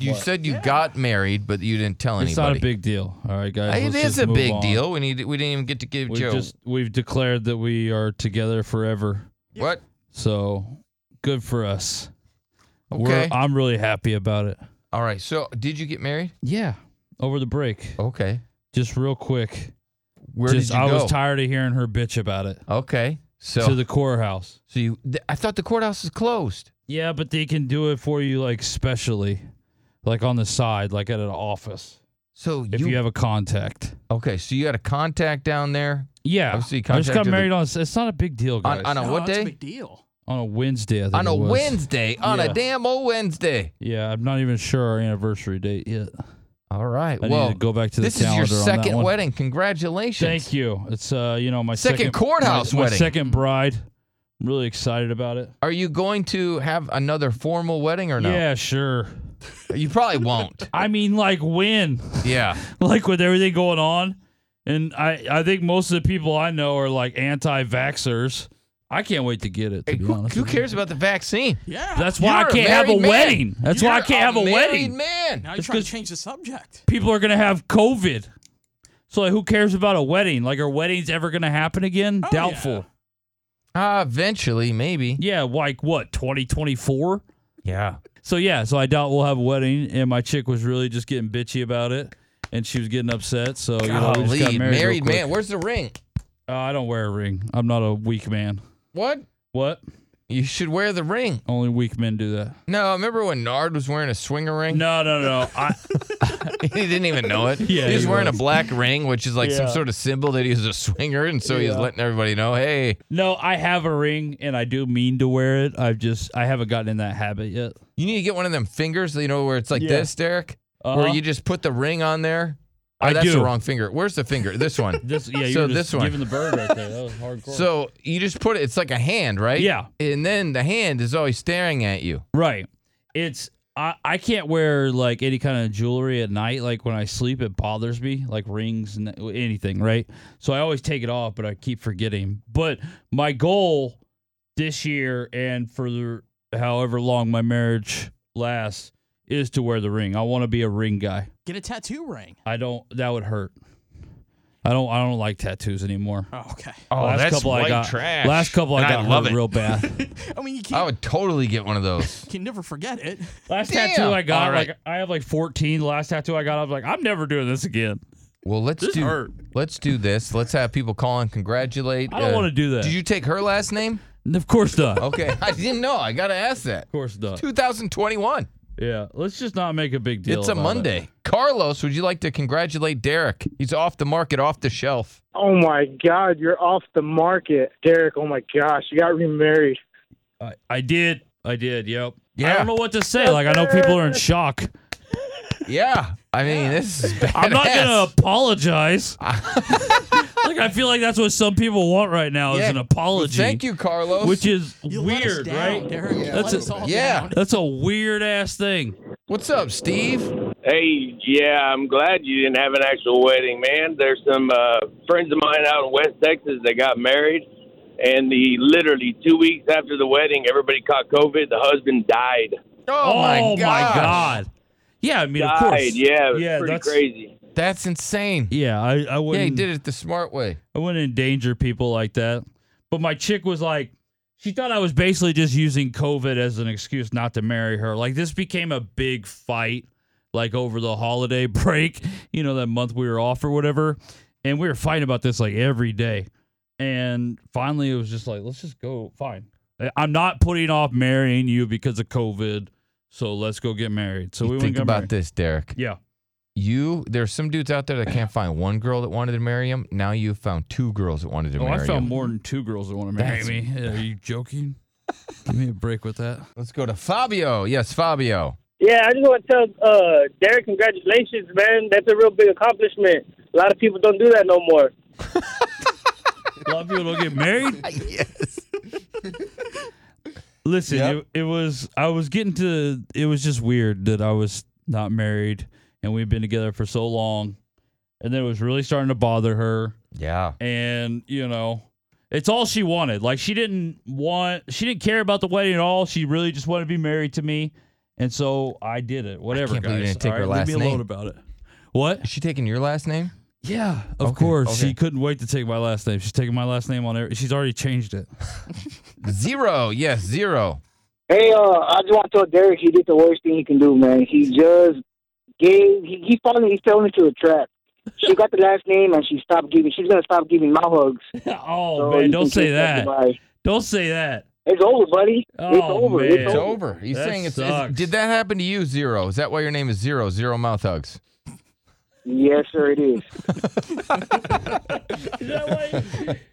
You What? said you got married, but you didn't tell It's anybody. not a big deal. All right, guys. It let's is just a move big on. deal. We need. We didn't even get to give We Joe. just we've declared that we are together forever. what? So good for us. Okay. I'm really happy about it. All right. So, did you get married? Yeah. Over the break, Okay. just real quick. Where just did you I go? was tired of hearing her bitch about it. okay. So, To the courthouse. so you. Th- I thought the courthouse is closed. Yeah, but they can do it for you like specially, like on the side, like at an office So if you, have a contact. okay. So you had a contact down there Yeah, Obviously, I just got contacted the- married on. It's not a big deal, guys. on, on a No, what that's a day? big deal. On a Wednesday, I think On it a was. Wednesday. On Yeah. a damn old Wednesday. Yeah, I'm not even sure our anniversary date yet. All right. I well, need to go back to the this is your calendar on that second one. wedding. Congratulations. Thank you. It's uh, you know, my Second second, courthouse my, wedding. my second bride. I'm really excited about it. Are you going to have another formal wedding or no? Yeah, sure. You probably won't. I mean, like when, yeah. like with everything going on, and I, I think most of the people I know are like anti-vaxxers. I can't wait to get it. To Hey, be who, honest who with you. cares about the vaccine? Yeah. That's why You're I a can't have a married man. wedding. That's why I You're can't have a married wedding. Man. now you're It's trying 'cause- to change the subject. People are gonna have COVID. So like, who cares about a wedding? Like, are weddings ever gonna happen again? Oh, Doubtful. yeah. Ah, eventually, maybe. Yeah, like what, 2024? Yeah. So yeah, so I doubt we'll have a wedding and my chick was really just getting bitchy about it and she was getting upset. So you know, we just Golly, got married, real married quick. man. Where's the ring? Uh, I don't wear a ring. I'm not a weak man. What? What? You should wear the ring. Only weak men do that. No, remember when Nard was wearing a swinger ring? No, no, no. I he didn't even know it. Yeah, he was he wearing a was. black ring, which is like some Yeah. sort of symbol that he was a swinger, and so he was Yeah. letting everybody know, hey, no, I have a ring and I do mean to wear it. I've just I haven't gotten in that habit yet. you need to get one of them fingers, you know, where it's like Yeah. this, Derek, Uh-huh. where you just put the ring on there. Oh, I that's do. the wrong finger. Where's the finger? This one. This yeah, you So were just this one. giving the bird right there. That was hardcore. So you just put it. It's like a hand, right? Yeah. And then the hand is always staring at you. Right. It's I, I can't wear like any kind of jewelry at night. Like when I sleep, it bothers me, like rings and anything, right? So I always take it off, but I keep forgetting. But my goal this year and for the, however long my marriage lasts is to wear the ring. I want to be a ring guy. Get a tattoo ring. I don't. That would hurt. I don't. I don't like tattoos anymore. Oh, okay. Oh, I got, Last couple I got hurt real bad. I mean, you can't, I would totally get one of those. can never forget it. Last Damn. tattoo I got, All right. like I have like 14. The Last tattoo I got, I was like, I'm never doing this again. Well, let's This do hurt. let's do this. Let's have people call and congratulate. uh, I don't wanna do that. Did you take her last name? And of course not. Of Okay, I didn't know. I gotta ask that. course not. 2021. Yeah, let's just not make a big deal. it's a about Monday. it. Carlos, would you like to congratulate Derek? He's off the market, off the shelf. Oh my God, you're off the market, Derek. Oh my gosh, you got remarried. I, I did. I did. Yep. I Yeah. don't know what to say. Like I know people are in shock. Yeah. I mean, this is badass. I'm not gonna apologize. like I feel like that's what some people want right now Yeah. is an apology. Thank you, Carlos. Which is You let us weird, down, right? Derek. You That's let a- us all yeah. down. That's a weird ass thing. What's up, Steve? Oh, Hey, yeah, I'm glad you didn't have an actual wedding, man. There's some uh, friends of mine out in West Texas that got married, and the literally two weeks after the wedding, everybody caught COVID. The husband died. Oh, my gosh. god. Yeah, I mean, Died. of course. Yeah, it was yeah, pretty that's crazy. That's insane. Yeah, I, I Yeah, wouldn't. he did it the smart way. I wouldn't endanger people like that. But my chick was like, she thought I was basically just using COVID as an excuse not to marry her. Like this became a big fight, like over the holiday break, you know, that month we were off or whatever. And we were fighting about this like every day. And finally it was just like, let's just go. Fine. I- I'm not putting off marrying you because of COVID. So let's go get married. So You we went and think got about married. this, Derek. Yeah. You there's some dudes out there that can't find one girl that wanted to marry him. Now you've found two girls that wanted to Oh, marry I found him. more than two girls that want to marry That's- me. Are you joking? Give me a break with that. Let's go to Fabio. Yes, Fabio. Yeah, I just want to tell uh, Derek, congratulations, man. That's a real big accomplishment. A lot of people don't do that no more. A lot of people don't get married. yes. Listen, Yep. it, it was I was getting to it was just weird that I was not married and we've been together for so long, and then it was really starting to bother her. Yeah. And you know, it's all she wanted. Like she didn't want she didn't care about the wedding at all. She really just wanted to be married to me. And so I did it. Whatever, can't believe guys. you didn't take All her right, last leave me alone name. about it. What? Is she taking your last name? Yeah, of Okay, course. okay. She couldn't wait to take my last name. She's taking my last name on every. She's already changed it. Zero. Yes, zero. Hey, uh, I just want to tell Derek he did the worst thing he can do, man. He just gave. He, he falling. He's falling into a trap. She got the last name, and she stopped giving. She's gonna stop giving mouth hugs. oh So man, you don't can say kiss that. goodbye. Don't say that. It's over, buddy. it's Oh, over. man. It's It's over. over. He's That saying it's, it's. sucks. Did that happen to you, Zero? Is that why your name is Zero? Zero mouth hugs. Yes, sir. It is. Is that why-